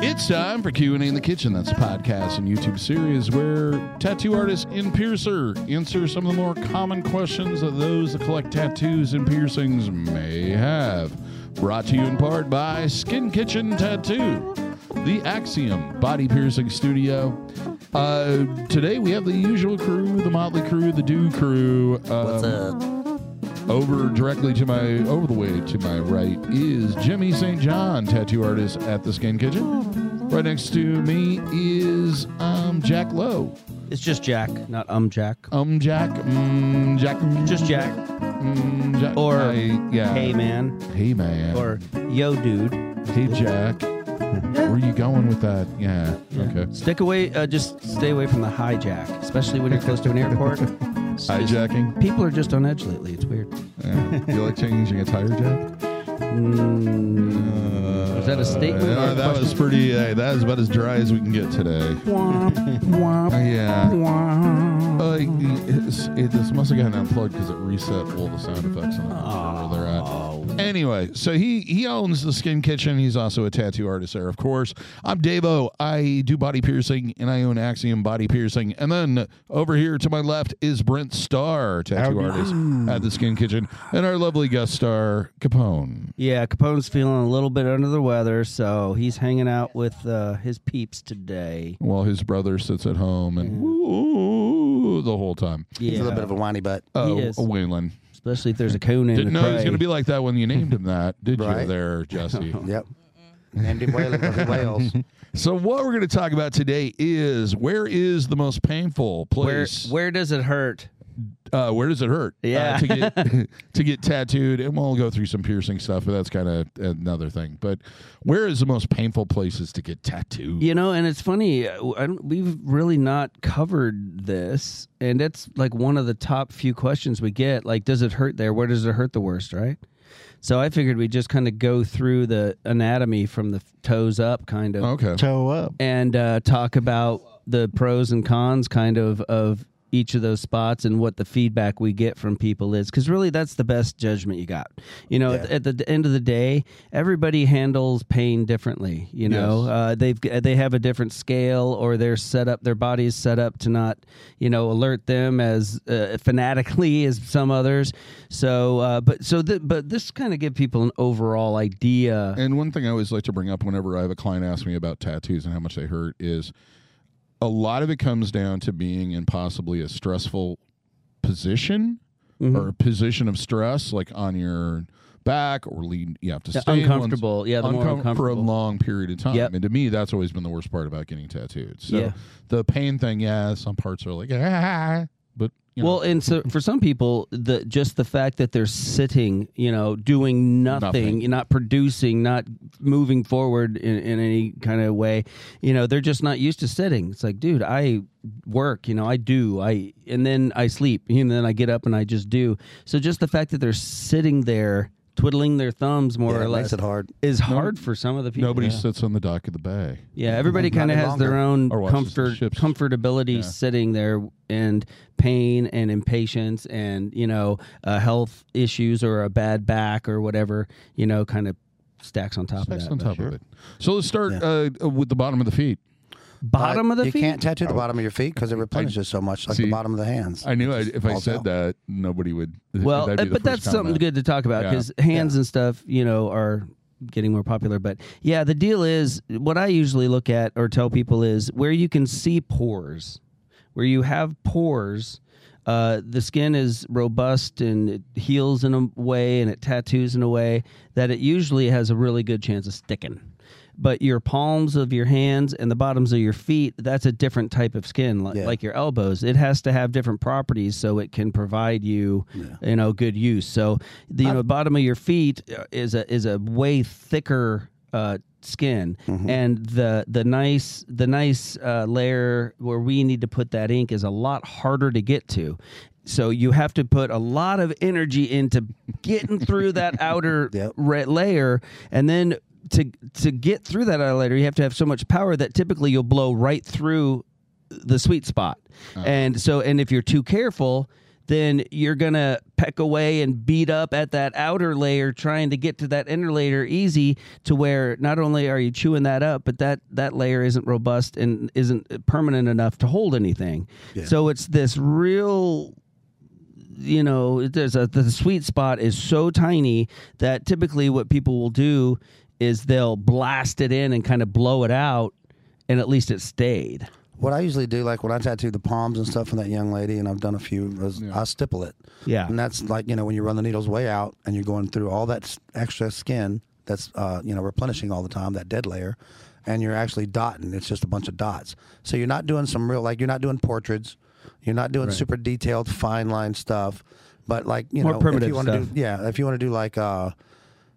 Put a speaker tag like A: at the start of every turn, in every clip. A: It's time for Q&A in the Kitchen. That's a podcast and YouTube series where tattoo artists and piercer answer some of the more common questions that those that collect tattoos and piercings may have. Brought to you in part by Skin Kitchen Tattoo, the Axiom Body Piercing Studio. Uh, today we have the usual crew, the Motley Crew, the Do Crew. Um,
B: What's up?
A: over directly to my over the way to my right is Jimmy St. John, tattoo artist at the Skin Kitchen. Right next to me is um Jack Lowe.
B: It's just Jack, not um Jack.
A: Um Jack, mm, Jack, mm,
B: Just Jack.
A: mm, Jack
B: Or
A: I- yeah,
B: Hey man.
A: hey man,
B: Or yo dude.
A: hey Jack. Where are you going with that? Yeah, okay.
B: Stick away. Uh, just stay away from the hijack, especially when you're close to an airport. It's just-
A: Hijacking.
B: People are just on edge lately. It's weird.
A: Yeah. You like changing a tire, Jack?
B: Mm, is that a statement? or
A: Uh,
B: a
A: that was
B: question?
A: pretty. Uh, that is about as dry as we can get today.
B: Womp, womp,
A: Yeah.
B: womp.
A: Uh, it's, it, this must have gotten unplugged because it reset all the sound effects on it, where they're at. Anyway, so he he owns the Skin Kitchen. He's also a tattoo artist there, of course. I'm Davo. I do body piercing and I own Axiom Body Piercing. And then over here to my left is Brent Starr, tattoo artist at the Skin Kitchen, and our lovely guest star Capone.
B: Yeah, Capone's feeling a little bit under the weather, so he's hanging out with uh, his peeps today.
A: While his brother sits at home and woo the whole time.
B: Yeah,
C: He's a little bit of a whiny butt.
A: Oh,
B: is.
A: Waylon.
B: especially if there's a coon in
A: Didn't
B: the
A: know he was
B: tray.
A: going to be like that when you named him that, did you,
C: Right.
A: there, Jesse?
C: Yep. Named him Whalen because he wails.
A: So what we're going to talk about today is where is the most painful
B: where,
A: place?
B: where does it hurt?
A: uh, where does it hurt? uh,
B: Yeah.
A: to get to get tattooed, and we'll go through some piercing stuff, but that's kind of another thing. But where is the most painful places to get tattooed?
B: You know, and it's funny. uh, I don't, we've really not covered this, and that's like one of the top few questions we get. Like, does it hurt there? Where does it hurt the worst? Right. So I figured we just kind of go through the anatomy from the toes up, kind of,
A: Okay.
C: Toe up.
B: and uh, talk about the pros and cons, kind of, of each of those spots and what the feedback we get from people is. Because really, that's the best judgment you got. You know,
C: Yeah.
B: at, at the end of the day, everybody handles pain differently. You know,
A: Yes.
B: uh, they've they have a different scale, or they're set up. Their body is set up to not, you know, alert them as uh, fanatically as some others. So, uh, but so, th- but this kind of give people an overall idea.
A: And one thing I always like to bring up whenever I have a client ask me about tattoos and how much they hurt is a lot of it comes down to being in possibly a stressful position
B: Mm-hmm.
A: or a position of stress, like on your back or lean. You have to
B: Yeah,
A: stay in one's-
B: uncomfortable. Yeah, the
A: uncom-
B: more
A: for a
B: uncomfortable.
A: long period of time.
B: Yep.
A: And to me, that's always been the worst part about getting tattooed. So
B: Yeah.
A: the pain thing, yeah, some parts are like, ah, but you know,
B: Well, and so for some people, the just the fact that they're sitting, you know, doing nothing,
A: Nothing.
B: not producing, not moving forward in, in any kind of way, you know, they're just not used to sitting. It's like, dude, I work, you know, I do, I and then I sleep, and then I get up and I just do. So just the fact that they're sitting there twiddling their thumbs more
C: Yeah,
B: or
C: it makes
B: less
C: it hard.
B: is hard for some of the people.
A: nobody
B: Yeah.
A: sits on the dock of the bay.
B: Yeah, everybody
C: Not
B: kind of
C: any
B: has their
C: longer.
B: own
A: Or watches the
B: comfort
A: ships.
B: comfortability sitting there, and pain and impatience, and you know, uh, health issues or a bad back or whatever, you know, kind of stacks on top
A: That's
B: of
A: on
B: that.
A: top of it. So let's start uh, with the bottom of the feet.
B: Bottom
C: But
B: of the
C: you
B: feet.
C: can't tattoo the bottom of your feet because it replenishes so much, like
A: See,
C: the bottom of the hands.
A: I knew I, if I
C: Falls
A: said
C: out.
A: that, nobody would.
B: well,
A: that'd be
B: uh,
A: the first
B: but that's something
A: comment.
B: good to talk about
A: Yeah.
B: because hands and stuff, you know, are getting more popular. But yeah, the deal is what I usually look at or tell people is where you can see pores, where you have pores. Uh, the skin is robust and it heals in a way and it tattoos in a way that it usually has a really good chance of sticking. But your palms of your hands and the bottoms of your feet, that's a different type of skin, like,
C: Yeah.
B: like your elbows. It has to have different properties so it can provide you, you know, good use. So the you know, bottom of your feet uh, is a is a way thicker uh, skin, and the the nice the nice uh, layer where we need to put that ink is a lot harder to get to. So you have to put a lot of energy into getting through that outer
C: Yep.
B: re- layer, and then to to get through that outer layer, you have to have so much power that typically you'll blow right through the sweet spot. And so, and if you're too careful, then you're going to peck away and beat up at that outer layer trying to get to that inner layer easy to where not only are you chewing that up, but that, that layer isn't robust and isn't permanent enough to hold anything. So it's this real you know there's a the sweet spot is so tiny that typically what people will do is they'll blast it in and kind of blow it out and at least it stayed
C: What I usually do, like when I tattoo the palms and stuff on that young lady, and I've done a few, is I stipple it.
B: Yeah.
C: And that's like, you know, when you run the needles way out and you're going through all that s- extra skin that's, uh, you know, replenishing all the time, that dead layer, and you're actually dotting. It's just a bunch of dots. So you're not doing some real, like, you're not doing portraits. You're not doing super detailed, fine line stuff. But, like, you
B: More
C: know, if
B: primitive
C: you want to do,
B: stuff.
C: yeah, if you want to do like, uh,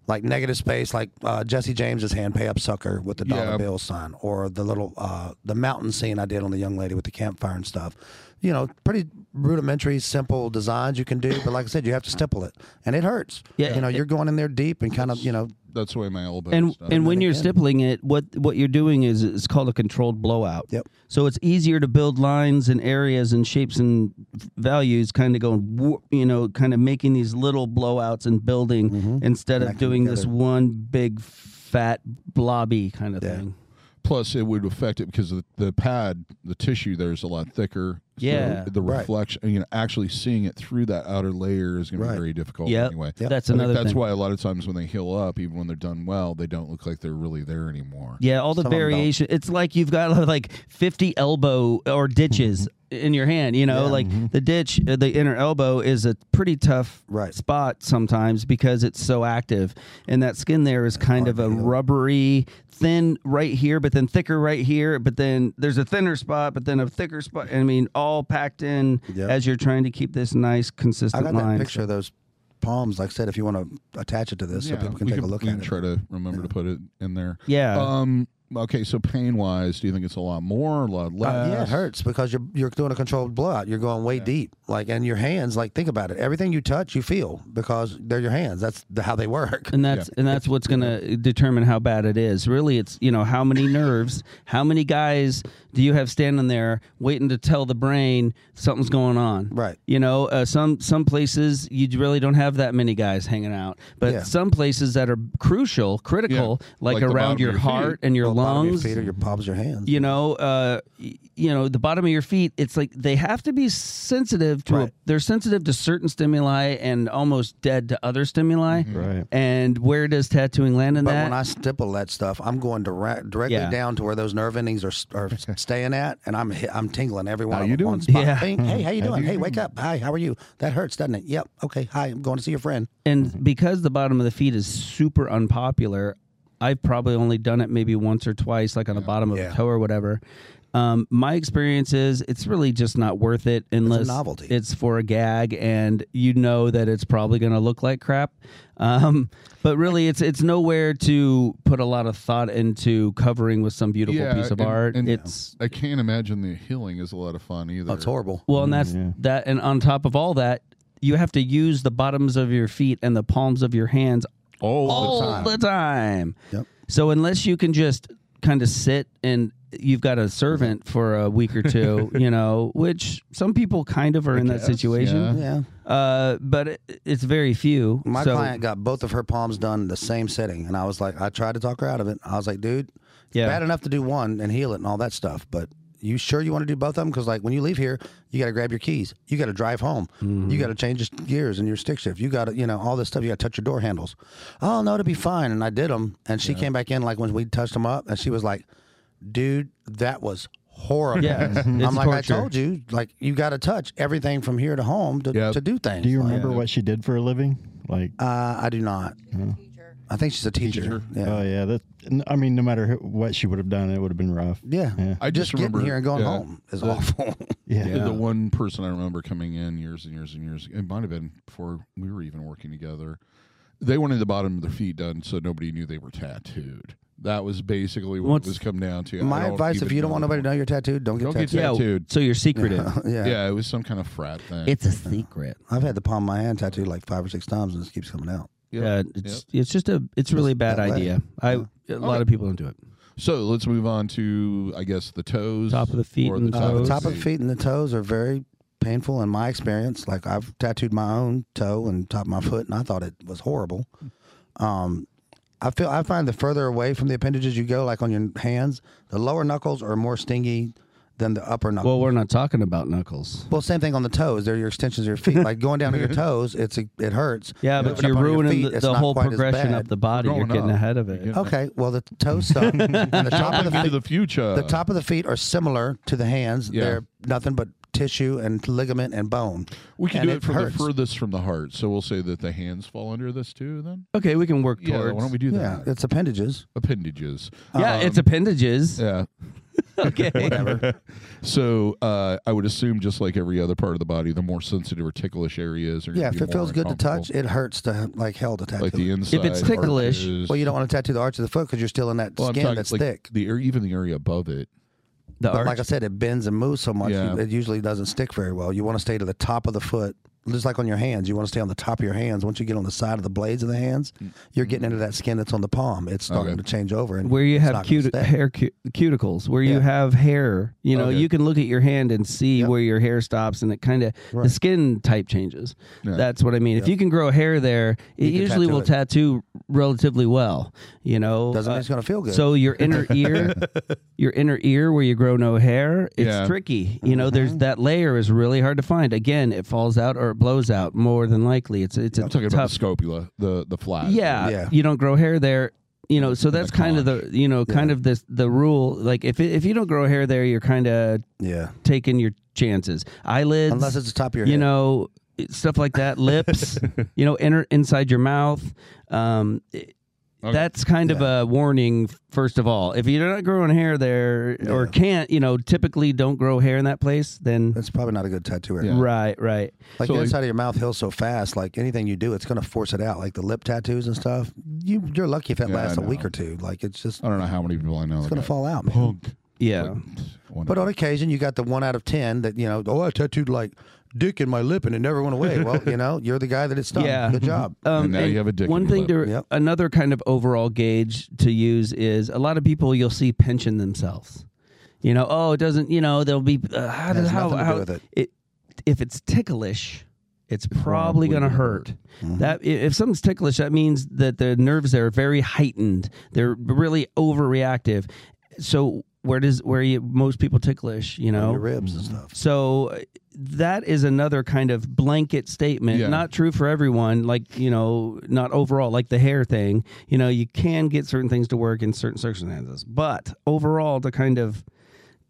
C: like negative space, like uh, Jesse James's hand pay up sucker with the dollar
A: Yeah.
C: bill sign, or the little uh, the mountain scene I did on the young lady with the campfire and stuff. You know, pretty rudimentary, simple designs you can do, but like I said, you have to stipple it, and it hurts.
B: Yeah.
C: you know, you're going in there deep and kind of you know
A: That's the way my elbow
B: and
A: is done.
B: and when you're
C: again.
B: stippling it what what you're doing is it's called a controlled blowout
C: Yep.
B: so it's easier to build lines and areas and shapes and values kind of going whoop, you know kind of making these little blowouts and building instead of doing this one big fat blobby kind of thing
A: Plus, it would affect it because the, the pad, the tissue there is a lot thicker. so
B: Yeah.
A: the
C: Right.
A: reflection, you know, actually seeing it through that outer layer is going to be
C: Right.
A: very difficult
B: Yep.
A: anyway.
C: Yep.
B: that's
A: I think
B: another
A: that's
B: thing.
A: why a lot of times when they heal up, even when they're done well, they don't look like they're really there anymore.
B: Yeah, all the
C: Some of 'em don't.
B: variation. It's like you've got like 50 elbow or ditches
C: Mm-hmm.
B: in your hand, you know, like the ditch, uh, the inner elbow is a pretty tough
C: Right.
B: spot sometimes because it's so active. And that skin there is kind of a rubbery, thin right here, but then thicker right here, but then there's a thinner spot, but then a thicker spot. I mean, all packed in
C: Yep.
B: as you're trying to keep this nice,
C: I
B: consistent
C: got
B: line.
C: that picture of those palms. Like I said, if you want to attach it to this, so people can
A: we
C: take a look
A: we
C: at
A: can
C: it.
A: try to remember to put it in there.
B: Yeah.
A: Um. Okay. So pain wise, do you think it's a lot more, a lot
C: Uh,
A: less?
C: yeah, it hurts because you're you're doing a controlled blowout. You're going way deep, like, and your hands, like, think about it. Everything you touch, you feel because they're your hands. That's the, how they work.
B: and that's and that's what's going to determine how bad it is. Really, it's you know how many nerves, how many guys do you have standing there waiting to tell the brain something's going on?
C: Right.
B: You know, uh, some some places you really don't have that many guys hanging out, but
C: Yeah.
B: some places that are critial, critical,
A: Yeah,
B: like,
A: like the bottom
B: around
A: of
B: your,
A: your feet.
B: heart and your
C: The bottom of
B: lungs,
C: your feet, or your palms, your hands.
B: you know, uh, y- you know, the bottom of your feet. It's like they have to be sensitive to. A,
C: Right.
B: they're sensitive to certain stimuli and almost dead to other stimuli.
D: Right.
B: And where does tattooing land in
C: But
B: that?
C: when I stipple that stuff, I'm going direct, directly
B: Yeah.
C: down to where those nerve endings are, are staying at, and I'm hit, I'm tingling every one.
A: How
C: of
A: you
C: them. One
A: doing?
C: spot.
B: Yeah.
C: Bing. Hey, how you doing? Hey, wake up. Hi, how are you? That hurts, doesn't it? Yep. Okay. Hi, I'm going to see your friend.
B: and because the bottom of the feet is super unpopular, I've probably only done it maybe once or twice, like on the bottom of
C: Yeah.
B: a toe or whatever. Um, my experience is it's really just not worth it unless
C: novelty.
B: it's for a gag and you know that it's probably going to look like crap. Um, but really, it's it's nowhere to put a lot of thought into covering with some beautiful
A: Yeah,
B: piece of
A: and-
B: art.
A: and-
B: it's
A: I can't imagine the healing is a lot of fun either.
C: That's horrible.
B: Well, and that's that, and on top of all that, you have to use the bottoms of your feet and the palms of your hands
A: All the
B: all
A: time.
B: the time.
C: Yep.
B: So unless you can just kind of sit and you've got a servant for a week or two, you know, which some people kind of are in that situation,
C: Yeah.
B: uh, but it, it's very few.
C: My
B: so,
C: client got both of her palms done in the same setting, and I was like, I tried to talk her out of it. I was like, dude, it's
B: Yeah.
C: bad enough to do one and heal it and all that stuff, but you sure you want to do both of them? Because like when you leave here, you got to grab your keys, you got to drive home,
B: Mm-hmm.
C: you got to change your gears and your stick shift, you got to you know all this stuff, you got to touch your door handles. Oh no, it'll be fine. And I did them, and she came back in like when we touched them up, and she was like, dude, that was. Horrible.
B: Yeah, it's
C: I'm like, I
B: torture.
C: told you, like, you got to touch everything from here to home to,
A: Yep.
C: to do things.
D: Do you
C: Like,
D: remember what she did for a living? Like,
C: uh, I do not. I think she's a teacher. Yeah.
A: Uh,
D: oh yeah, that. n- I mean, no matter who, what she would have done, it would have been rough.
C: yeah.
D: Yeah.
A: I just,
C: Just getting
A: remember
C: here and going
A: yeah,
C: home is awful.
D: Yeah.
A: The one person I remember coming in years and years and years, it might have been before we were even working together. They wanted the bottom of their feet done so nobody knew they were tattooed. That was basically what
B: What's-
A: it was come down to. I
C: My
A: don't
C: advice:
A: even
C: if you don't want nobody to know you're tattooed, don't get
A: Don't get
C: tattooed.
B: yeah,
A: tattooed.
B: so you're secretive.
A: Yeah.
C: yeah.
A: it was some kind of frat thing.
B: It's a secret.
C: I've had the palm of my hand tattooed like five or six times, and it keeps coming out.
B: Yeah, it's it's just a it's really a bad
C: that way.
B: idea. I a lot of people don't do it.
A: so let's move on to, I guess, the toes,
B: Top of the feet
A: or
B: and
A: the
B: the
A: top, of
C: Uh, the
B: Toes.
C: top of the feet and the toes are very painful in my experience. Like I've tattooed my own toe and top of my foot, and I thought it was horrible. Um, I feel I find the further away from the appendages you go, like on your hands, the lower knuckles are more stingy than the upper knuckles.
B: Well, we're not talking about knuckles.
C: Well, same thing on the toes. They're your extensions of your feet. Like going down to your toes, it's it hurts.
B: Yeah, but
C: Moving
B: you're
C: up onto your
B: ruining
C: feet,
B: the,
C: it's
B: the
C: not
B: whole
C: quite as
B: progression
C: bad.
B: of the body.
A: We're
B: You're
A: going
B: getting
A: up.
B: ahead of
A: You're
B: it.
A: getting-
C: Okay, well the toes suck. and the top of the
A: Into
C: feet,
A: the future.
C: the top of the feet are similar to the hands.
A: Yeah.
C: They're nothing but tissue and ligament and bone.
A: We can
C: and
A: do it, from
C: hurts.
A: the furthest from the heart. So we'll say that the hands fall under this too. Then
B: Okay, we can work
A: yeah, why don't
B: towards.
A: we do
C: Yeah,
A: that?
C: it's appendages.
A: Appendages.
C: Uh,
B: Yeah, it's
C: Um,
B: appendages.
A: Yeah.
B: Okay.
A: So uh, I would assume just like every other part of the body, the more sensitive or ticklish areas are. gonna
C: Yeah, if
A: be
C: it feels
A: more
C: good to touch,
A: uncomfortable.
C: it hurts to like hell to tattoo.
A: like the inside.
B: it's ticklish-
A: arches.
C: well, you don't want to tattoo the arch of the foot because you're still in that
A: Well, I'm
C: skin
A: talking,
C: that's
A: like,
C: thick.
A: The area, even the area above it.
B: The
C: But
B: arch.
C: Uh, like I said, it bends and moves so much,
A: Yeah.
C: you- it usually doesn't stick very well. You want to stay to the top of the foot, just like on your hands. You want to stay on the top of your hands. Once you get on the side of the blades of the hands, you're getting into that skin that's on the palm. It's starting
A: Mm. Okay.
C: to change over. And
B: where you
C: it's
B: have
C: not gonna
B: cute
C: stay.
B: hair cu- cuticles, where you
C: Yeah. Oh,
B: have hair, you know,
A: Okay.
B: you can look at your hand and see
C: Yep.
B: where your hair stops, and it kind of the skin type changes. That's what I mean. If you can grow hair there, it
C: can
B: usually
C: tattoo
B: will
C: it.
B: tattoo relatively well. You know,
C: Doesn't mean
B: Uh,
C: it's going to feel good.
B: So your inner ear, your inner ear where you grow no hair, it's
A: Yeah.
B: tricky. You know,
C: Mm-hmm.
B: there's that layer is really hard to find. Again, it falls out or it blows out more than likely. It's it's a
A: I'm talking about
B: tough.
A: the scopula, the the flat.
B: yeah,
C: Yeah.
B: you don't grow hair there. You know, so
A: the
B: that's kind of the you know kind of this the rule. Like if it, if you don't grow hair there, you're kind of
C: yeah,
B: taking your chances. Eyelids,
C: unless it's the top of your
B: you
C: head.
B: know stuff like that. Lips, you know, inner inside your mouth. Um, it-
A: Okay.
B: That's kind of a warning. First of all, if you're not growing hair there or
C: Yeah.
B: can't, you know, typically don't grow hair in that place. Then
C: that's probably not a good tattoo. area.
A: Yeah.
B: right, right.
C: Like
A: So,
C: the
A: like-
C: inside of your mouth heals so fast, like anything you do, it's going to force it out. Like the lip tattoos and stuff, you you're lucky if it
A: Yeah, I
C: lasts a
A: know. Oh,
C: week or two. Like it's just
A: I don't know how many people I know.
C: it's going to fall out. Man.
A: Punk.
B: Yeah.
C: But uh, on occasion, you got the one out of ten that you know. Oh, I tattooed like dick in my lip and it never went away. well, you know, you're the guy that it stung.
B: Yeah.
C: Good job.
B: Um,
A: And now you have a dick
B: One
A: in your
B: thing to
A: lip.
C: Yep.
B: another kind of overall gauge to use is a lot of people you'll see pinching themselves. You know, oh, it doesn't. You know, they'll be uh, how
C: Has
B: does how,
C: nothing to do
B: how
C: with it.
B: if it's ticklish, it's probably going to hurt. That i- if something's ticklish, that means that the nerves there are very heightened. They're really overreactive. So where does where you most people ticklish? You know,
C: Your ribs and stuff.
B: so uh, that is another kind of blanket statement.
A: Yeah.
B: Not true for everyone. Like you know, not overall. Like the hair thing. You know, you can get certain things to work in certain circumstances, but overall, to kind of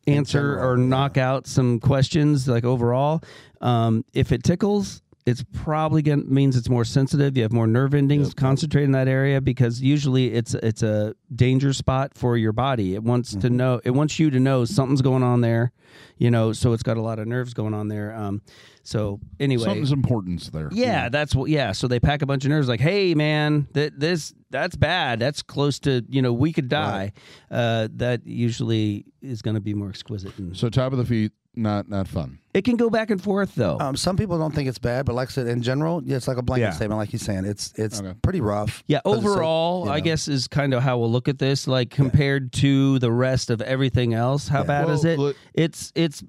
B: answer
C: general,
B: or
C: yeah.
B: knock out some questions, like overall, um, if it tickles. It's probably gonna means it's more sensitive. You have more nerve endings concentrated in that area because usually it's it's a danger spot for your body. It wants to know. It wants you to know something's going on there you know so it's got a lot of nerves going on there um so anyway
A: something's importance there.
B: yeah that's what yeah so they pack a bunch of nerves like hey man that this that's bad that's close to you know we could die uh that usually is going to be more exquisite and
A: So top of the feet, not not fun.
B: it can go back and forth though
C: Um, some people don't think it's bad, but like I said, in general, yeah, it's like a blanket
B: Yeah.
C: statement. Like he's saying, it's it's
A: Okay.
C: pretty rough.
B: yeah
C: 'Cause it's so-
B: overall
C: you
B: i
C: know.
B: guess is kind of how we'll look at this like compared to the rest of everything else how bad is
A: Well,
B: it
A: look-
B: it's it's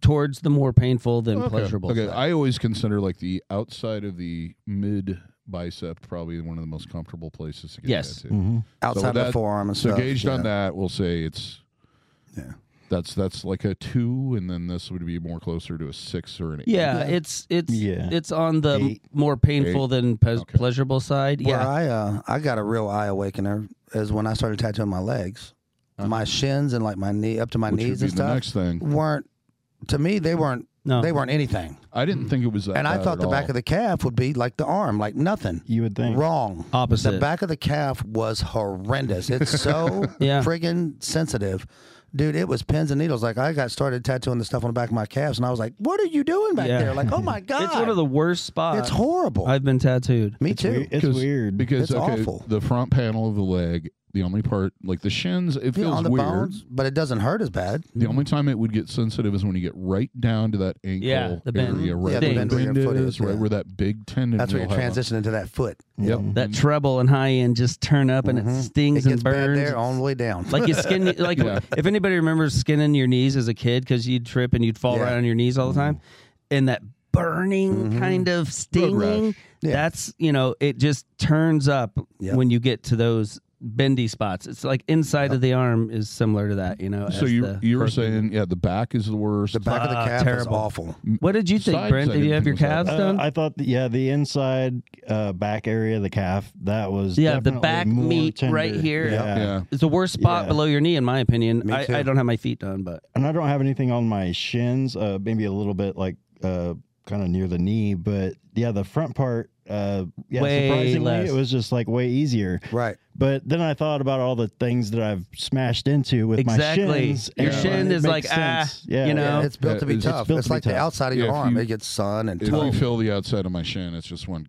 B: towards the more painful than pleasurable
A: Okay,
B: side.
A: I always consider like the outside of the mid bicep probably one of the most comfortable places to get
B: Yes.
A: tattooed. Mm-hmm.
C: outside
A: So
C: of the
A: that-
C: forearm and
A: So
C: stuff.
A: gauged
C: yeah.
A: on that, we'll say it's
C: Yeah.
A: that's that's like a two, and then this would be more closer to a six or an eight.
B: Yeah, it's it's
D: Yeah.
B: it's on the
D: Eight.
B: more painful than pe- pleasurable side.
C: Where
B: Yeah,
C: I uh, I got a real eye awakener is when I started tattooing my legs, my shins, and like my knee up to my
A: Uh-huh. which would
C: knees
A: be
C: and
A: the
C: stuff
A: next thing.
C: weren't. To me, they weren't.
B: No.
C: They weren't anything.
A: I didn't think it was that.
C: And I thought the back of the calf would be like the arm, like nothing.
D: You would think.
C: Wrong.
B: Opposite.
C: The back of the calf was horrendous. It's so
B: Yeah.
C: friggin' sensitive. Dude, it was pins and needles. Like I got started tattooing the stuff on the back of my calves and I was like, What are you doing back
B: Yeah.
C: there? Like, oh my God.
B: it's one of the uh, worst spots.
C: It's horrible.
B: I've been tattooed.
C: me too.
D: Weird- It's
A: Because-
D: weird.
A: because
C: It's
A: okay,
C: awful.
A: the front panel of the leg, the only part like the shins, it
C: Yeah,
A: feels
C: on the
A: weird.
C: bones, but it doesn't hurt as bad.
A: The only time it would get sensitive is when you get right down to that ankle
B: Yeah, the bend.
A: area,
C: Yeah,
A: right
C: the
A: where
C: bend
A: the
C: where your
A: bend
C: foot
A: is,
C: is,
A: right
C: yeah.
A: where that big tendon.
C: That's where
A: you'll
C: you
A: have a-
C: transition Mm-hmm. into that foot.
A: Yep.
B: Mm-hmm. That treble and high end just turn up and it stings
C: Mm-hmm. It gets
B: and
C: bad
B: burns.
C: there on the way down.
B: like you skin, like if anybody remembers skinning your knees as a kid because you'd trip and you'd fall
C: Yeah. Mm-hmm.
B: right on your knees all the time. and that burning kind of stinging.
C: Yeah.
B: That's you know, it just turns up
C: Yep.
B: when you get to those bendy spots. It's like inside of the arm is similar to that. You know.
A: So
B: as
A: you
B: the
A: you were
B: protein.
A: saying yeah, the back is the worst.
C: The back of the
B: Ah,
C: calf is
B: terrible.
C: awful.
B: What did you think,
A: Sides,
B: Brent?
A: I
B: Did you
A: didn't
B: have your
A: think was that
B: calves
A: bad.
B: done?
D: Uh, I thought, that, yeah, the inside uh, back area of the calf that was
B: Yeah, the
D: definitely
B: back
D: more
B: meat
D: tender.
B: right here.
D: Yeah.
A: yeah.
B: It's the worst spot
D: Yeah.
B: below your knee, in my opinion.
C: Me
B: I,
C: too.
B: I don't have my feet done, but
D: and I don't have anything on my shins. Uh, maybe a little bit like uh, kind of near the knee, but yeah, the front part. Uh, yeah,
B: Way
D: surprisingly,
B: less.
D: it was just like way easier.
C: Right.
D: But then I thought about all the things that I've smashed into with my
B: exactly.
D: shins.
B: Your
D: and
B: shin
D: it
B: is like
D: makes
B: ah,
D: sense. yeah,
B: you
C: Yeah,
B: know.
C: it's built
A: Yeah,
C: to be
A: it's-
C: tough.
D: it's
C: It's,
D: built to be
C: like the
D: tough.
C: outside of
A: Yeah,
C: your
A: if
C: arm.
A: you-
C: it gets sun and
A: If
C: tough.
A: you feel the outside of my shin, it's just one.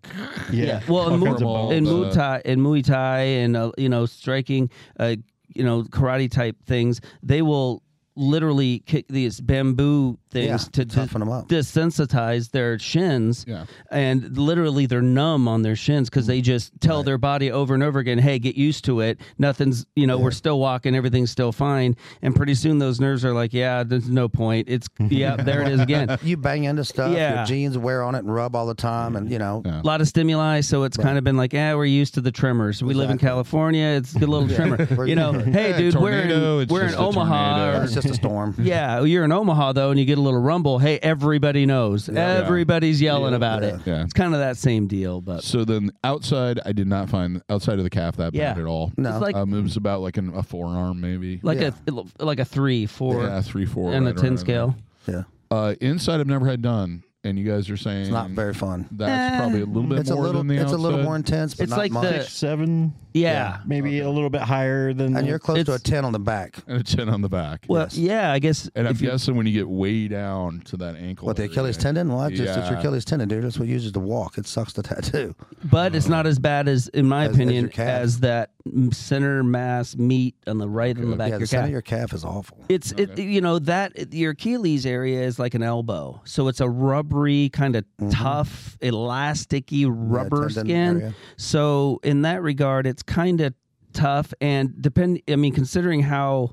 D: yeah.
B: Well, in,
D: All
B: Mu-
D: kinds of bones.
B: in
A: the-
B: Muay Thai, in Muay Thai, and uh, you know, striking, uh, you know, karate type things, they will literally kick these bamboo
C: Yeah,
B: things to dis-
C: toughen 'em up.
B: desensitize their shins.
A: Yeah.
B: and literally they're numb on their shins because they just tell their body over and over again, "Hey, get used to it. Nothing's, you know, we're still walking, everything's still fine." And pretty soon those nerves are like, "Yeah, there's no point. It's yeah, there it is again." A
C: you bang into stuff.
B: Yeah.
C: Your jeans wear on it and rub all the time, and you know.
A: Yeah.
B: lot of stimuli, so it's kind of been like, "Yeah, we're used to the tremors. We live in California. It's a good little tremor."
C: We're-
B: You know, hey, dude,
A: tornado,
B: we're in,
A: it's
B: we're in
A: just a
B: Omaha.
A: tornado.
B: Or,
C: It's just a storm.
B: yeah, you're in Omaha though, and you get a little rumble. Hey, everybody knows. Everybody's yelling about it.
A: Yeah.
B: It's kind of that same deal, but
A: So then outside, I did not find outside of the calf that bad
B: Yeah.
A: at all.
B: it's like
A: um, it was about like an, a forearm maybe,
B: like
C: Yeah.
B: a like a three, four,
A: yeah, three, four,
B: and
A: right
B: a
A: around
B: ten
A: in there.
B: scale.
C: Yeah.
A: Uh, inside, I've never had done, and you guys are saying
C: It's not very fun.
A: That's probably a little bit
C: It's a
A: more
C: little.
A: than the
C: It's a little
A: outside.
C: more intense. But
B: It's
C: not
B: like
C: much.
B: the-
D: seven,
B: Yeah.
D: maybe a little bit higher than.
C: and
D: the-
C: you're close to a
B: It's-
C: ten on the back.
A: and a ten on the back.
B: Well,
C: Yes.
B: yeah, I guess.
A: and I'm
B: if you-
A: guessing when you get way down to that ankle,
C: What the
A: area,
C: Achilles tendon? Well, that's just it's your
A: Yeah.
C: Achilles tendon, dude. That's what you use to walk. It sucks to tattoo.
B: but it's
A: Uh-huh.
B: not as bad as, in my
C: As- as your
B: opinion, as,
C: calf.
B: that m- center mass meat on the right and the back
C: yeah,
B: of
C: the
B: your
C: center
B: calf.
C: of your calf is awful.
B: it's it, you know that your Achilles area is like an elbow, so it's a rubbery kind of tough, elasticy rubber
C: Mm-hmm. tendon
B: skin.
C: area.
B: So in that regard, it's kind of tough, and depend. I mean, considering how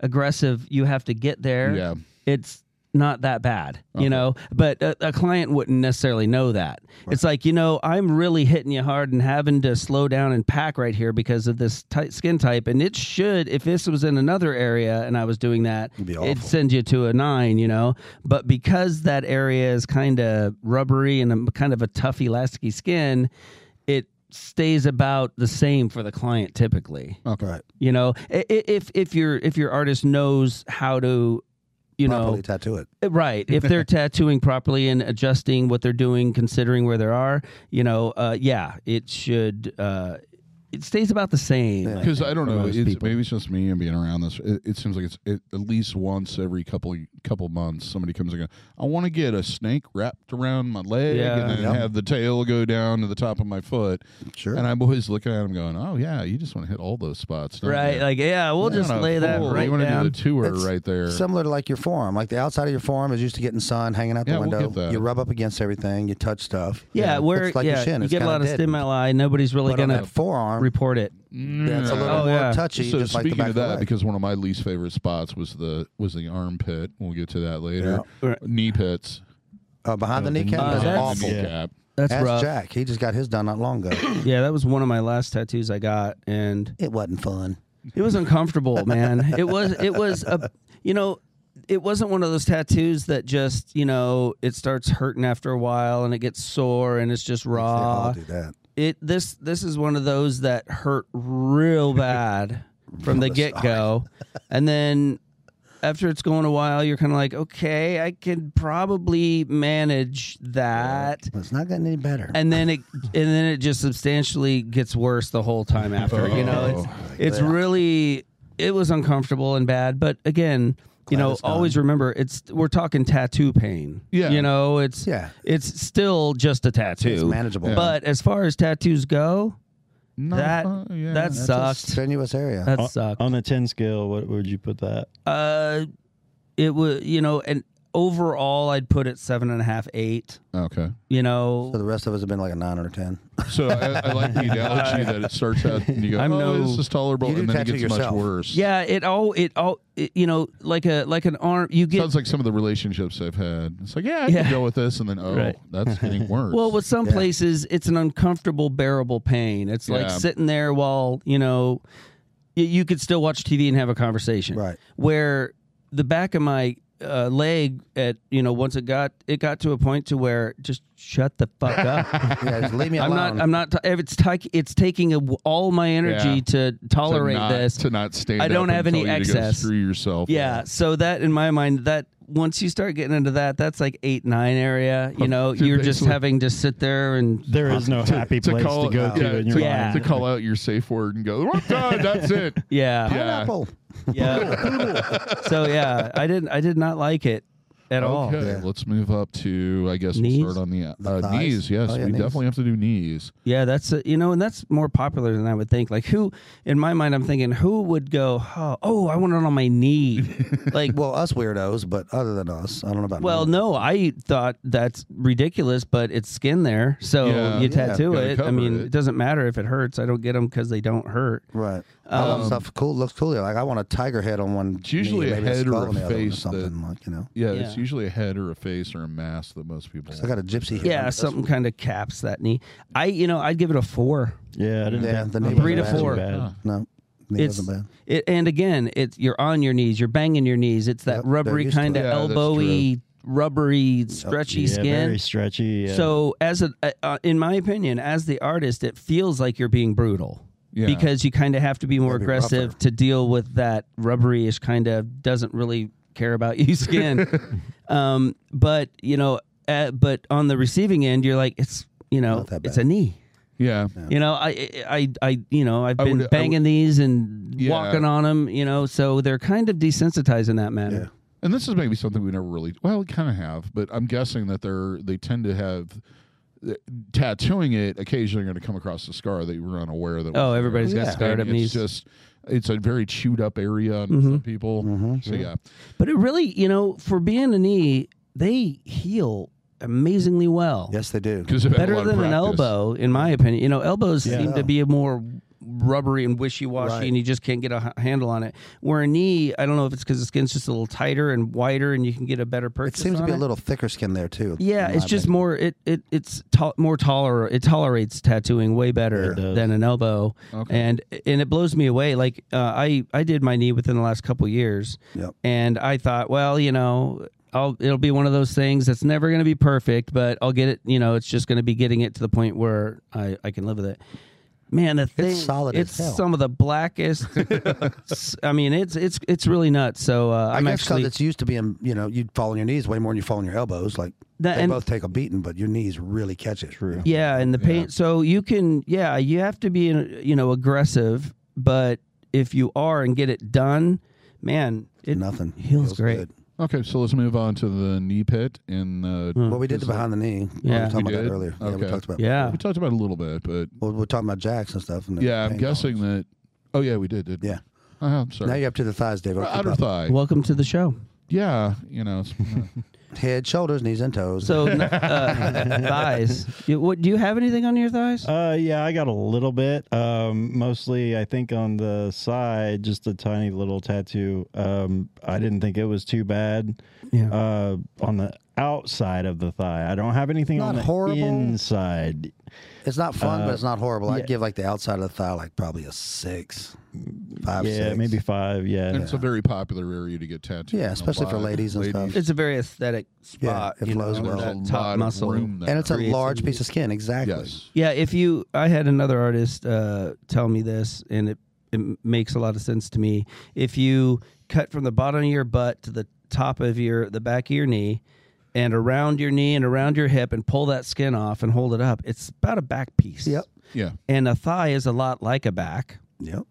B: aggressive you have to get there,
A: Yeah.
B: it's not that bad, you know. But a, a client wouldn't necessarily know that. It's like you know, I'm really hitting you hard and having to slow down and pack right here because of this tight skin type. And it should, if this was in another area and I was doing that,
C: be
B: it'd
C: awful.
B: send you to a nine, you know. But because that area is kind of rubbery and a kind of a tough, elasticy skin, it stays about the same for the client typically
C: Right.
B: you know I- i- if if your if your artist knows how to you
C: Properly
B: know
C: tattoo it.
B: right if they're tattooing properly and adjusting what they're doing considering where they are you know uh yeah it should uh it stays about the same I
A: Because
B: think,
A: I don't
B: for
A: know,
B: most
A: it's,
B: people.
A: maybe it's just me and being around this. It, it seems like it's it, at least once every couple couple months somebody comes and goes, I want to get a snake wrapped around my leg
B: Yeah.
A: and then
C: Yep.
A: have the tail go down to the top of my foot.
C: Sure.
A: And I'm always looking at him going, Oh yeah, you just want to hit all those spots, don't
B: right
A: You?
B: like yeah we'll
A: You
B: just
A: wanna-
B: lay that
A: oh,
B: right
A: You wanna
B: down
A: do the tour
C: It's
A: right there.
C: Similar to like your forearm, like the outside of your forearm is used to getting sun, hanging out the
A: Yeah, we'll
C: window.
A: get that.
C: You rub up against everything, you touch stuff.
B: yeah,
C: You know,
B: where
C: it's like
B: yeah,
C: your shin.
B: you
C: it's
B: get a
C: kinda
B: lot of
C: dead.
B: stimuli nobody's really
C: But on
B: gonna
C: that forearm,
B: report it
C: yeah, it's a little
B: Oh,
C: more
B: yeah.
C: touchy.
A: so
C: just like the
A: speaking
C: back
A: of that,
C: the leg.
A: because one of my least favorite spots was the was the armpit. We'll get to that later.
B: Yeah. Right.
A: Knee pits.
C: uh,
A: Oh,
C: behind the kneecap
B: kneecap.
C: is
B: That's-
C: awful.
D: Yeah.
A: Kneecap.
B: that's
C: Ask
B: rough
C: Jack. He just got his done not long ago.
B: yeah that was one of my last tattoos i got and
C: it wasn't fun.
B: It was uncomfortable, man. It was it was a you know, it wasn't one of those tattoos that just, you know, it starts hurting after a while and it gets sore and it's just
C: They all
B: raw.
C: do that.
B: It this this is one of those that hurt real bad from the get-go. And then after it's going a while, you're kind of like, "Okay, I can probably manage that."
C: But it's not getting any better.
B: and then it and then it just substantially gets worse the whole time after. You know,
A: Oh.
B: it's it's really it was uncomfortable and bad. But again, you know,
C: it's gone.
B: always remember it's we're talking tattoo pain.
A: Yeah.
B: you know, it's
C: Yeah.
B: it's still just a tattoo.
C: It's manageable.
B: But as far as tattoos go,
A: No,
B: that
A: uh, yeah.
B: that
C: That's a Uh,
B: sucked.
C: strenuous area.
B: That
D: on,
B: sucked.
C: uh.
D: on a ten scale. What would you put that?
B: Uh, it was you know, and overall, I'd put it seven and a half, eight.
A: Okay.
B: You know,
C: So the rest of us have been like a nine or a ten.
A: So I, I like the analogy that it starts out and you go,
B: I'm
A: oh,
B: no-
A: this is tolerable,
C: You do
A: and then it
C: tattoo
A: gets much
C: yourself.
A: worse.
B: yeah, it all, it all, it- you know, like a like an arm. You get
A: Sounds like some of the relationships I've had. It's like, yeah, I
B: Yeah.
A: can go with this, and then oh,
B: Right.
A: that's getting worse.
B: Well, with some places, it's an uncomfortable, bearable pain. It's like
A: Yeah.
B: sitting there while you know y- you could still watch TV and have a conversation.
C: Right.
B: Where the back of my uh, leg at you know once it got it got to a point to where just shut the fuck up.
C: Yeah, just leave me
B: I'm
C: alone.
B: not. I'm not. T- if it's t- it's taking a, all my energy
A: Yeah.
B: to
A: to
B: tolerate
A: not,
B: this.
A: to not stand.
B: I don't
A: up
B: have
A: and
B: any
A: tell you to go
B: excess.
A: screw yourself.
B: yeah. So that in my mind, that once you start getting into that, that's like eight nine area. You know,
A: You're
B: you're just
A: basically-
B: having to sit there and
D: There is no happy
A: To
D: place to,
A: call,
D: go
A: yeah,
D: to in your
B: Yeah.
A: to, to
D: mind.
A: call out your safe word and go, "Well, God, that's it.
B: yeah.
C: Pineapple.
B: Yeah. so yeah, I didn't. I did not like it at all.
A: Okay,
C: Yeah.
A: let's move up to. I guess
B: Knees?
A: we'll start on the, uh,
C: The thighs?
A: knees. Yes,
C: Oh, yeah,
A: we
C: knees.
A: definitely have to do knees.
B: Yeah, that's a, you know, and that's more popular than I would think. Like who in my mind, I'm thinking who would go, oh, oh I want it on my knee. like,
C: Well, us weirdos, but other than us, I don't know about.
B: well,
C: none.
B: no, I thought that's ridiculous, but it's skin there, so
A: Yeah.
B: you
C: Yeah,
B: tattoo
A: gotta
B: it. I
A: cover
B: mean,
A: it.
B: it. doesn't matter if it hurts. I don't get them because they don't hurt.
C: right. I
B: Um,
C: want stuff cool. Looks cool. Like I want a tiger head on one. It's
A: usually a head or a face
C: something
A: that-
C: like you know.
A: Yeah, it's
B: Yeah.
A: usually a head or a face or a mask that most people.
C: So I got a gypsy. Head.
B: Yeah, something kind of caps that knee. I, you know, I'd give it a four.
D: Yeah, I didn't
C: Yeah,
D: think
C: the
D: that
C: knee
D: was
B: Three to
D: bad.
B: four.
D: Bad.
A: Huh.
C: No, it
B: It's
C: wasn't bad.
B: it, and again, it's you're on your knees, you're banging your knees. It's that
C: Yep, they're
B: rubbery
C: used to
B: kind of
A: it. Yeah, that's
B: elbowy, rubbery, stretchy
D: yeah,
B: skin.
D: very stretchy. Yeah.
B: So, as a, uh, uh, in my opinion, as the artist, it feels like you're being brutal
A: Yeah.
B: because you kind of have to be more
C: Gotta be
B: aggressive
C: rougher.
B: to deal with that rubberyish kind of doesn't really care about you skin. um, but you know, uh, but on the receiving end, you're like it's you know
C: Not that
B: it's a
C: bad.
B: knee.
A: Yeah,
B: You know, I, I, I, you know, I've
A: I
B: been
A: would- I
B: banging these and
A: Yeah.
B: walking on them. You know, so they're kind of desensitized in that
C: Yeah.
B: manner.
A: and this is maybe something we never really. Well, we kind of have, but I'm guessing that they're they tend to have eh, tattooing it. Occasionally, you're going to come across a scar that you were unaware that.
B: Oh,
A: was
B: everybody's
A: there.
B: got scarred up
A: And
B: knees. Mm-hmm.
A: It's just it's a very chewed up area on some people.
C: Mm-hmm.
A: So yeah,
B: But it really, you know, for being a knee, they heal amazingly well.
C: Yes, they do.
A: because
B: Better than an elbow, in my opinion. You know, elbows
D: Yeah.
B: seem to be more rubbery and wishy-washy,
C: Right.
B: and you just can't get a h- handle on it. Where a knee, I don't know if it's because the skin's just a little tighter and wider, and you can get a better
C: It
B: purchase.
C: seems to
B: on
C: be a little thicker skin there too.
B: Yeah,
C: in
B: it's
C: my
B: just more it it it's to- more toler it tolerates tattooing way better
D: It does.
B: than an elbow,
A: Okay.
B: and and it blows me away. Like uh, I I did my knee within the last couple years,
C: Yep.
B: and I thought, well, you know, I'll it'll be one of those things that's never going to be perfect, but I'll get it. You know, it's just going to be getting it to the point where I I can live with it. Man, the thing,
C: solid as
B: It's
C: hell.
B: some of the blackest. I mean, it's it's it's really nuts. So uh,
C: I
B: I'm
C: guess 'cause
B: actually
C: it's used to being, you know, you'd fall on your knees way more than you fall on your elbows. Like
B: That-
C: they
B: and-
C: both take a beating, but your knees really catch it.
D: True.
B: Yeah, and the pain. So you can, yeah, you have to be, you know, aggressive. But if you are and get it done, man, it
C: Nothing
B: heals great.
C: good.
A: Okay, so let's move on to the knee pit and the.
B: Hmm.
C: Well, we did the behind the knee.
B: Yeah.
C: we were talking
A: We
C: about
A: did?
C: that earlier. Yeah, we
A: Okay.
C: talked about.
B: Yeah,
A: We talked about it a little bit, but
C: Well, we we're talking about jacks and stuff. And the
A: yeah, I'm
C: pain
A: guessing
C: tolerance.
A: that. Oh yeah, we did. did
C: Yeah.
A: Oh, I'm sorry.
C: Now you're up to the thighs, David.
A: outer thigh.
B: welcome to the show.
A: yeah, you know. it's- uh,
C: Head, shoulders, knees, and toes.
B: So uh, thighs. You, what, do you have anything on your thighs?
D: Uh, yeah, I got a little bit. Um, mostly, I think on the side, just a tiny little tattoo. Um, I didn't think it was too bad.
B: Yeah.
D: Uh, on the outside of the thigh, I don't have anything
C: Not
D: on the
C: horrible.
D: inside.
C: it's not fun,
B: uh,
C: but it's not horrible.
D: yeah.
C: I'd give like the outside of the thigh like probably a six, five,
D: yeah,
C: six.
D: maybe five. Yeah.
A: And it's a very popular area to get tattooed.
C: Yeah,
A: A
C: especially for
A: lot of
C: ladies and stuff.
B: it's a very aesthetic spot.
C: it
B: you know,
C: flows well.
B: that
A: There's a lot
B: top
A: of
B: muscle.
A: room there.
C: And it's a
B: Creates
C: large
B: a-
C: piece of skin. Exactly.
A: Yes.
B: Yeah, if you, I had another artist uh, tell me this, and it, it makes a lot of sense to me. If you cut from the bottom of your butt to the top of your, the back of your knee, and around your knee and around your hip, and pull that skin off and hold it up, it's about a back piece.
C: Yep.
A: Yeah.
B: And a thigh is a lot like a back,
C: Yep.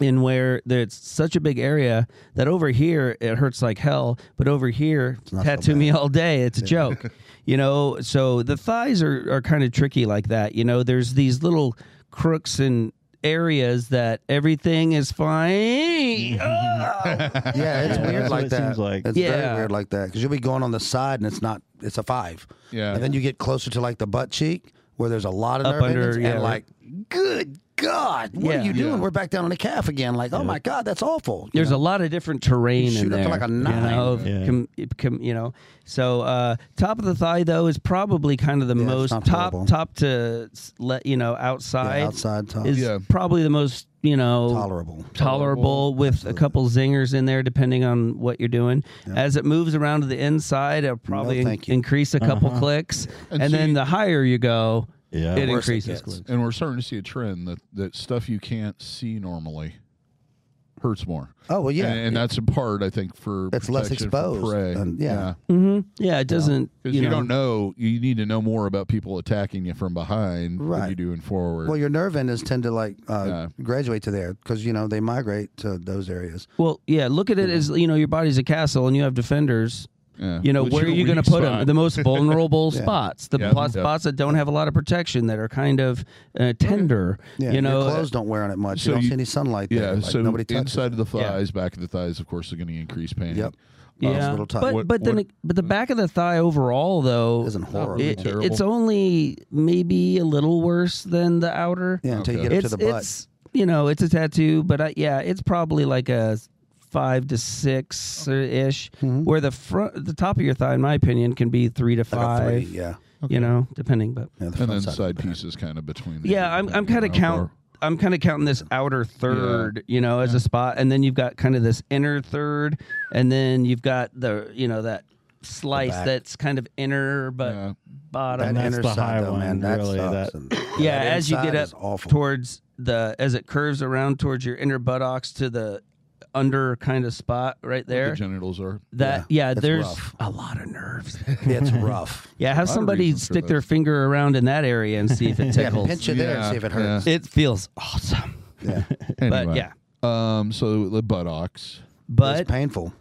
B: in where there's such a big area that over here it hurts like hell, but over here
C: not so
B: tattoo
C: bad.
B: me all day, it's a joke. you know, so the thighs are, are kind of tricky like that. You know, there's these little crooks and areas that everything is fine. Ah!
C: Oh. Yeah, it's
D: Yeah,
C: weird
D: that's what
C: like
D: it
C: that.
D: seems like.
C: It's
B: Yeah.
C: very weird like that because you'll be going on the side and it's not. It's a five.
A: Yeah.
C: And then you get closer to like the butt cheek where there's a lot of
B: Up
C: nerve
B: under,
C: endings
B: yeah, right.
C: and like, good God, what
B: Yeah.
C: are you doing?
A: Yeah.
C: We're back down on the calf again. Like, oh my God, that's awful. You
B: There's
C: know?
B: a lot of different terrain
C: You
B: in
C: shoot up
B: there.
C: to like a nine.
B: You know,
D: Yeah.
B: com- com- you know? so uh, top of the thigh though is probably kind of the
C: it's
B: most
C: not
B: top
C: horrible.
B: top to s- let you know outside.
C: Yeah, outside top.
B: is
A: Yeah.
B: probably the most you know
C: tolerable.
B: tolerable with a couple zingers in there, depending on what you're doing. As it moves around to the inside, it'll probably in-
C: thank you.
B: increase a couple clicks, and,
A: And
B: then
A: see-
B: the higher you go,
D: Yeah.
B: it
C: Worse it
B: increases
C: gets.
B: clicks.
A: And we're starting to see a trend that, that stuff you can't see normally hurts more.
C: Oh well, yeah.
A: And, and that's in part, I think, for
C: It's less
A: protection from
C: exposed,
A: prey.
C: and- yeah.
B: hmm Yeah, it doesn't.
A: Because
B: you,
A: you,
B: know,
A: don't know, you need to know more about people attacking you from behind than
C: Right.
A: you do in forward.
C: well, your nerve endings tend to like
A: Yeah.
C: uh, graduate to there because you know they migrate to those areas.
B: Well, yeah. Look at it as you know, your body's a castle, and you have defenders.
A: Yeah.
B: You know,
A: Which
B: where are
A: your
B: you going to
A: weak
B: put
A: spot.
B: them? The most vulnerable spots, the
A: Yeah,
B: pos-
A: yeah.
B: spots that don't have a lot of protection, that are kind of uh, tender.
C: Yeah,
B: you know,
C: your clothes don't wear on it much.
A: so
C: you don't
A: you-
C: see any sunlight
A: Yeah,
C: there. Like,
A: so
C: nobody touches.
A: inside of the
B: Yeah.
A: thighs, back of the thighs, of course, are going to increase pain.
C: Yep. Oh, it's
B: yeah,
C: a little tough.
B: but
A: What-
B: but then
A: what-
B: it- but the back of the thigh overall though
C: Isn't horrible.
B: it-
A: Terrible.
B: it's only maybe a little worse than the outer.
C: Yeah, until you
A: Okay.
C: get up
B: it's
C: to the butt.
B: it's you know it's a tattoo, but I, yeah, it's probably like a five to six ish. Where the front, the top of your thigh, in my opinion, can be three to
C: Mm-hmm. like a
B: five.
C: three, yeah.
B: You know, depending, but
C: yeah the
A: And
C: front
A: then
C: side.
A: side pieces kind of between. the-
B: yeah, I'm I'm kind
A: you
B: of
A: know,
B: count.
A: or-
B: I'm kind of counting this outer third, you know, as a spot, and then you've got kind of this inner third, and then you've got the, you know, that slice
C: back.
B: that's kind of inner but
A: Yeah.
B: bottom.
C: That
D: And that's
C: inner
D: the
C: side,
D: high
C: though,
D: one,
C: man, that
D: really,
C: sucks.
D: that-
C: And
B: yeah,
C: that
B: as you
C: inside
B: get
C: is
B: up
C: awful.
B: towards the as it curves around towards your inner buttocks to the under kind of spot right
A: the
B: there.
A: genitals are.
B: that yeah,
C: it's
B: there's
C: rough.
B: a lot of nerves.
C: it's rough.
B: yeah, have
A: lot of
B: somebody
A: reasons for
B: stick their
A: this.
B: finger around in that area and see if it
C: Yeah,
B: tickles.
C: pinch it there and
A: Yeah,
C: see if it hurts.
B: it feels awesome.
C: Yeah,
B: But
A: Anyway.
B: yeah.
A: Um. So the buttocks.
B: But
C: it's painful.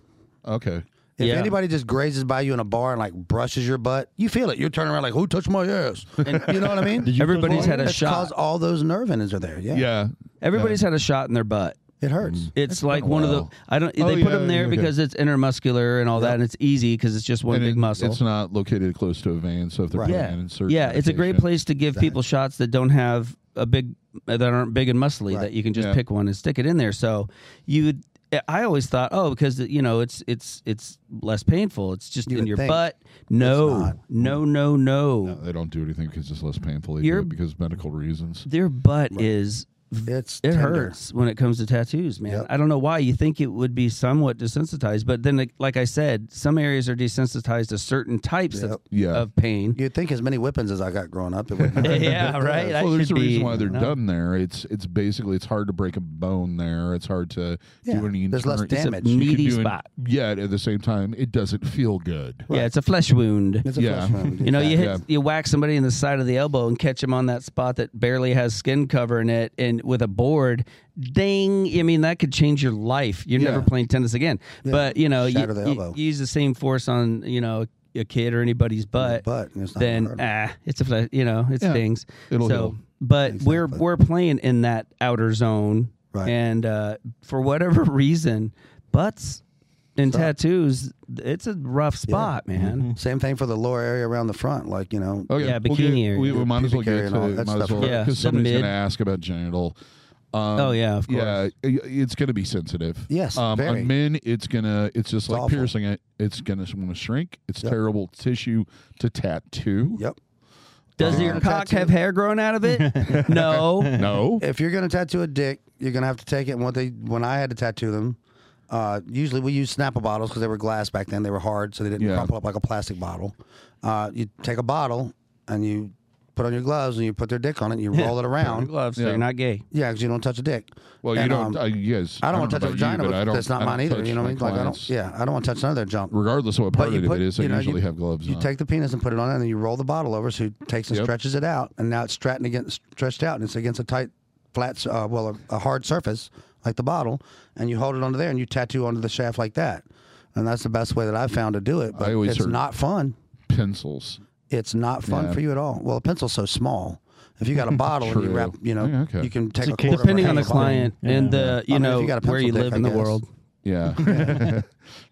A: Okay.
C: If
B: Yeah.
C: anybody just grazes by you in a bar and like brushes your butt, you feel it. You're turning around like, who touched my ass? you know what I mean?
D: Did you
B: Everybody's
D: put
B: had a
D: one?
C: That's
B: shot.
C: because all those nerve endings are there. Yeah,
A: Yeah.
B: Everybody's had a shot in their butt.
C: it hurts.
B: It's, like one of the
A: while.
B: I don't
A: Oh,
B: they put
A: yeah,
B: them there
A: okay.
B: because it's intermuscular and all that, and it's easy because it's just one
A: And
B: big
A: it-
B: muscle.
A: It's not located close to a vein, so if they're
C: Right.
A: putting
B: yeah,
A: an insert.
B: yeah, it's a great
A: medication-
B: place to give people shots that don't have a big that aren't big and muscly that you can just
A: Yeah.
B: pick one and stick it in there. So you, would I always thought, oh, because you know it's it's it's less painful. It's just
C: You
B: in
C: would
B: your
C: think.
B: butt. No,
C: not.
B: no, no, no,
A: No, they don't do anything because it's less painful. They do
B: Your-
A: it because of medical reasons.
B: Their butt is
C: It's
B: It
C: tender.
B: hurts when it comes to tattoos, man.
C: Yep.
B: I don't know why. You think it would be somewhat desensitized, but then, like- like I said, some areas are desensitized to certain types of,
C: Yep.
A: Yeah.
B: of pain.
C: You'd think as many whippings as I got growing up, it wouldn't hurt.
B: yeah, right. That
A: well, there's
B: should
A: a reason
B: be-
A: why they're
B: no.
A: done there. It's it's basically it's hard to break a bone there. It's hard to
C: Yeah.
A: do any.
C: There's less
A: internal-
B: It's a
C: damage. You
A: you can
B: meaty
A: do an-
B: spot.
A: yet at the same time, it doesn't feel good.
B: Yeah, it's a flesh wound.
C: It's a
A: Yeah.
C: flesh wound.
B: you know, you hit,
A: Yeah.
B: you whack somebody in the side of the elbow and catch them on that spot that barely has skin covering it, and with a board, ding! I mean, that could change your life. You're
A: Yeah.
B: never playing tennis again. But you know, you,
C: Shatter the
B: you-
C: elbow.
B: you use the same force on you know a kid or anybody's butt.
C: butt, and it's not
B: then
C: hard.
B: ah, it's a fle- you know it
A: Yeah,
B: stings.
A: it'll
B: so,
A: heal.
B: but we're
C: Exactly.
B: we're playing in that outer zone,
C: Right.
B: and uh, for whatever reason, butts and tattoos, it's a rough spot, man.
C: Same thing for the lower area around the front, like you know.
A: Okay,
B: Yeah,
A: we'll
B: bikini
A: get-
B: area.
A: We, we might as well
C: Pubic
A: get
C: area
A: to
C: and all that
A: might as
C: stuff.
A: well,
B: Yeah,
A: because
B: the
A: somebody's
B: mid.
A: going to ask about genital. Um,
B: Oh yeah, of course.
A: Yeah, i- it's going to be sensitive.
C: Yes,
A: um,
C: very.
A: on men, it's gonna. It's just like
C: awful.
A: piercing it. It's gonna want to shrink. It's
C: Yep.
A: terrible tissue to tattoo.
C: Yep.
B: Does
C: Uh,
B: your
C: a
B: cock
C: tattoo.
B: have hair growing out of it? no.
A: No.
C: If you're gonna tattoo a dick, you're gonna have to take it. And what they when I had to tattoo them, uh, usually we used Snapple bottles because they were glass back then. They were hard, so they didn't
A: Yeah.
C: crumple up like a plastic bottle. Uh, you take a bottle and you put on your gloves and you put their dick on it. and You roll it around.
B: Gloves, so
A: Yeah.
B: you're not gay.
C: Yeah, because you don't touch a dick.
A: Well, you
C: And,
A: don't.
C: um,
A: uh, you guys.
C: I don't, want
A: know
C: to touch a
A: about
C: vagina,
A: you, but
C: but
A: I don't,
C: that's not
A: I don't
C: mine either.
A: touch
C: You know what
A: my
C: I mean? Like I don't.
A: clients.
C: Yeah, I don't want to touch none of their junk.
A: Regardless of what part
C: you
A: of it
C: put-
A: is, I
C: you know,
A: usually
C: you-
A: have gloves.
E: Uh-huh.
C: You
A: on.
C: take the penis and put it on, and then you roll the bottle over. So he takes and
A: Yep.
C: stretches it out, and now it's stretched against, stretched out, and it's against a tight, flat, s- uh, well, a, a hard surface like the bottle, and you hold it onto there, and you tattoo onto the shaft like that, and that's the best way that I've found to do it. But
A: I always
C: it's
A: heard-
C: not fun.
A: pencils.
C: It's not fun
A: Yeah.
C: for you at all. Well, a pencil's so small. If you got a bottle and you
E: True.
C: wrap, you know,
E: Yeah, okay.
C: you can take
D: It's
C: a
D: a case
C: quarter
B: Depending
D: Whatever
B: on the
D: you buy.
B: client and the,
D: Yeah.
B: you
C: I mean, if
B: know,
C: you got a
B: where
C: pencil
B: you
C: dick,
B: live
C: I
B: in the
C: guess.
B: world.
E: Yeah.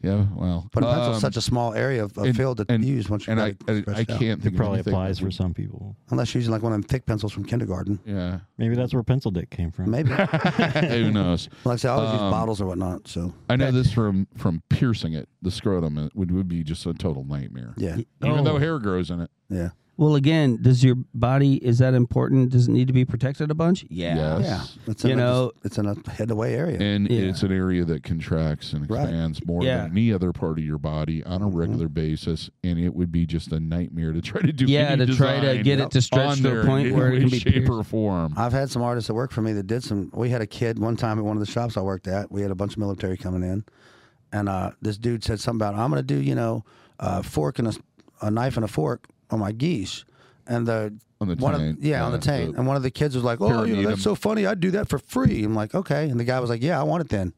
E: yeah. Well,
C: But a pencil's
E: um,
C: such a small area of, of
E: and-
C: field to
E: and-
C: use once you
E: and
C: got
E: I,
C: it
E: I, I
C: stretched out.
E: can't think
D: It
E: of
D: probably
E: anything-
D: applies for some people.
C: Unless you're using like one of them thick pencils from kindergarten.
E: Yeah.
D: Maybe that's where pencil dick came from.
C: Maybe. like
E: Who knows?
C: I say, I always
E: Um,
C: use bottles or whatnot. So
E: I know this from from piercing it. The scrotum it would would be just a total nightmare.
C: yeah,
E: Even
B: Oh.
E: though hair grows in it.
C: yeah.
B: Well, again, does your body, is that important? Does it need to be protected a bunch? Yeah.
C: Yeah,
E: Yes.
C: it's
B: You
C: in
B: know-
C: a, it's in a head away area.
E: And
B: Yeah.
E: it's an area that contracts and
C: Right. Mm-hmm.
E: expands more
B: Yeah.
E: than any other part of your body on a regular basis, and it would be just a nightmare to try to do.
B: Yeah,
E: any
B: to try to
E: design
B: get it to stretch
E: on
B: to a
E: there in
B: point
E: any
B: where it
E: way,
B: can be
E: shape
B: pierced.
E: or form.
C: I've had some artists that work for me that did some. We had a kid one time at one of the shops I worked at. We had a bunch of military coming in, and uh, this dude said something about I'm going to do you know a fork and a, a knife and a fork on my geese, and the
E: On the
C: one of-
E: tank,
C: yeah, on the
E: yeah,
C: tank.
E: the-
C: and one of the kids was like, "Oh, you know,
E: Pyramid 'em.
C: that's so funny. I'd do that for free." I'm like, "Okay," and the guy was like, "Yeah, I want it then."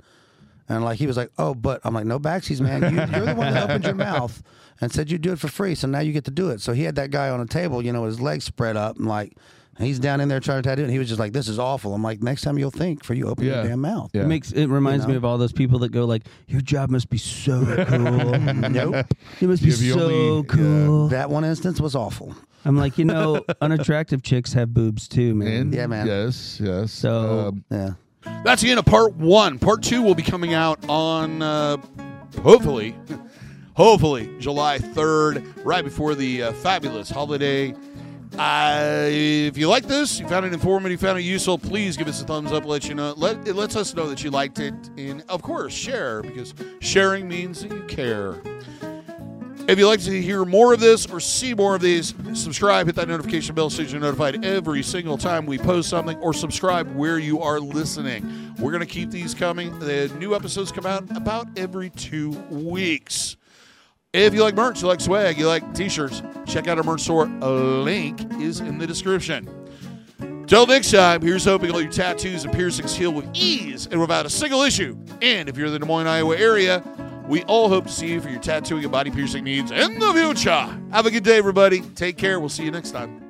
C: And like he was like, "Oh, but I'm like, no backsies, man. You, you're the one that opened your mouth and said you do it for free, so now you get to do it." So he had that guy on a table, you know, with his legs spread up, and like he's down in there trying to tattoo, and he was just like, "This is awful." I'm like, "Next time you'll think for you open
E: Yeah.
C: your damn mouth."
E: Yeah.
B: It makes it reminds
C: You
B: me
C: know?
B: of all those people that go like, "Your job must be so cool.
C: Nope.
B: It must be
E: If you
B: so
E: only-
B: cool."
C: That one instance was awful.
B: I'm like, you know, unattractive chicks have boobs too, man.
E: And
C: Yeah, man.
E: Yes, yes.
B: So-
E: Um,
C: Yeah.
E: That's the end of part one. Part two will be coming out on uh, hopefully, hopefully July third, right before the uh, fabulous holiday. Uh, if you like this, you found it informative, you found it useful, please give us a thumbs up. Let you know. Let it lets us know that you liked it, and of course, share because sharing means that you care. If you'd like to hear more of this or see more of these, subscribe, hit that notification bell so you're notified every single time we post something, or subscribe where you are listening. We're going to keep these coming. The new episodes come out about every two weeks. If you like merch, you like swag, you like t shirts, check out our merch store. A link is in the description. Till next time, here's hoping all your tattoos and piercings heal with ease and without a single issue. And if you're in the Des Moines, Iowa area, we all hope to see you for your tattooing and body piercing needs in the future. Have a good day, everybody. Take care. We'll see you next time.